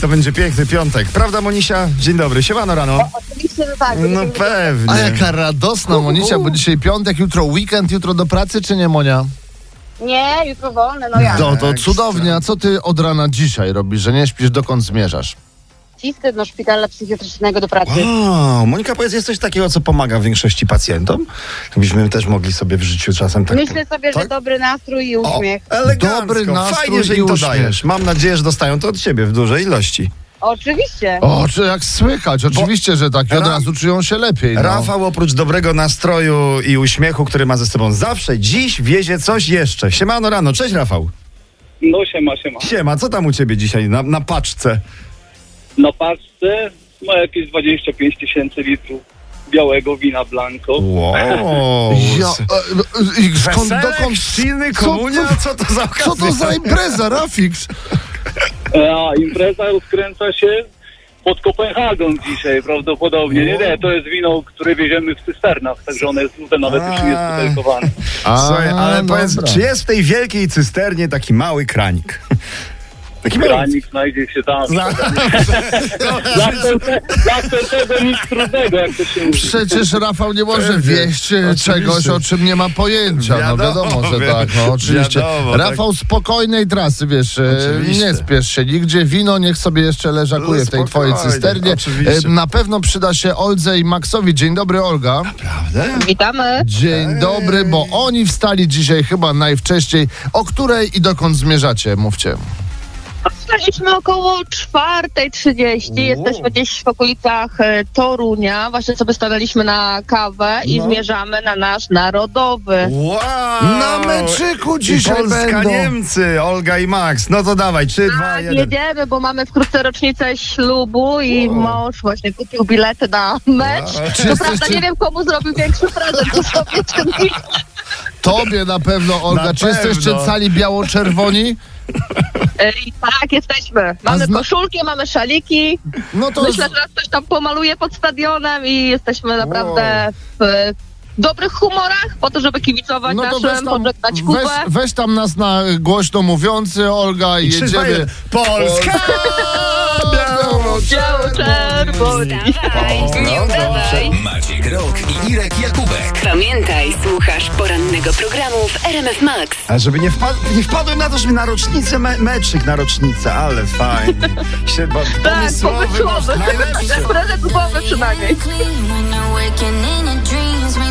To będzie piękny piątek. Prawda, Monisia? Dzień dobry. Siemano rano. Oczywiście, że tak. No pewnie. A jaka radosna Monicia, bo dzisiaj piątek, jutro weekend, jutro do pracy, czy nie Monia? Nie, jutro wolne, no ja. To, to tak, cudownie, a co ty od rana dzisiaj robisz, że nie śpisz, dokąd zmierzasz? Wcisnę do szpitala psychiatrycznego do pracy. Wow, Monika, powiedz, jest coś takiego, co pomaga większości pacjentom? Gdybyśmy też mogli sobie w życiu czasem tak... Myślę sobie, tak? że dobry nastrój i O, uśmiech. elegancko. Dobry Fajnie, nastrój że i im to uśmiech. dajesz. Mam nadzieję, że dostają to od ciebie w dużej ilości. Oczywiście. O, czy jak słychać, oczywiście, że tak, i od Ra- razu czują się lepiej. No. Rafał oprócz dobrego nastroju i uśmiechu, który ma ze sobą zawsze, dziś wiezie coś jeszcze. Siemano rano. Cześć, Rafał. No siema, siema. Siema, co tam u ciebie dzisiaj na, na paczce? Na paczce ma jakieś 25 tysięcy litrów białego wina blanco. Wow. Ja, e, e, i skąd, Weselek, dokąd, chrzciny, co komunia? to- Co to za co to za okazja? impreza, Rafix? A impreza rozkręca się pod Kopenhagą dzisiaj prawdopodobnie. Nie, nie, to jest wino, które wieziemy w cysternach, także ono jest złote, nawet jeszcze nie jest A. butelkowane. Słuchaj, ale powiedz, dobra. czy jest w tej wielkiej cysternie taki mały kranik? Taki mały. Granik znajdzie się tam. Zna- Dla koncert- Dla koncertu nic trudnego, jak to się mówi. Przecież Rafał nie może Pewnie, wieść e, oczywiście. czegoś, o czym nie ma pojęcia. No Wiadomo, wiadomo, że tak, no, oczywiście. wiadomo, tak. Rafał spokojnej trasy, wiesz, e, Oczywiście. nie spiesz się nigdzie. Wino niech sobie jeszcze leżakuje w tej twojej Spokojnie, cysternie. oczywiście. E, Na pewno przyda się Oldze i Maxowi. Dzień dobry, Olga. Prawda? Witamy. Dzień dobry, bo oni wstali dzisiaj chyba najwcześniej. O której i dokąd zmierzacie? Mówcie. Wstaliśmy około 4.30. Wow. Jesteśmy gdzieś w okolicach e, Torunia. Właśnie sobie stanęliśmy na kawę i No. zmierzamy na nasz narodowy. Wow! Na meczyku I dzisiaj Polska, będą. Niemcy, Olga i Max. No to dawaj, trzy, dwa, Tak, jeden. jedziemy, bo mamy wkrótce rocznicę ślubu i Wow. mąż właśnie kupił bilety na mecz. Co Czy prawda jesteście- nie wiem, komu zrobił większy prezent, to sobie czy mi. Tobie na pewno, Olga. Na Czy pewno. jesteście cali biało-czerwoni? E, I tak, jesteśmy. Mamy zna- koszulki, mamy szaliki. No to Myślę, że nas ktoś tam pomaluje pod stadionem i jesteśmy naprawdę w e, dobrych humorach po to, żeby No kibicować naszym, pożegnać Kubę. weź, weź tam nas na głośno mówiący, Olga, i I trzy, dwa, jedziemy. jeden. Polska! Biało- Biało czerwoni. Wstawaj, nie udawaj. no, Maciek Rok i Irek Jakubek. Pamiętaj, słuchasz porannego programu w RMF Max. A żeby nie, wpad- nie wpadłem na to, że na rocznicę me- meczyk, na rocznicę, ale fajnie. Siedba, Tak, pomysłowy, pomysłowy. masz najlepszy. Prezent Kubowy przynajmniej. When you're waking in your dreams, when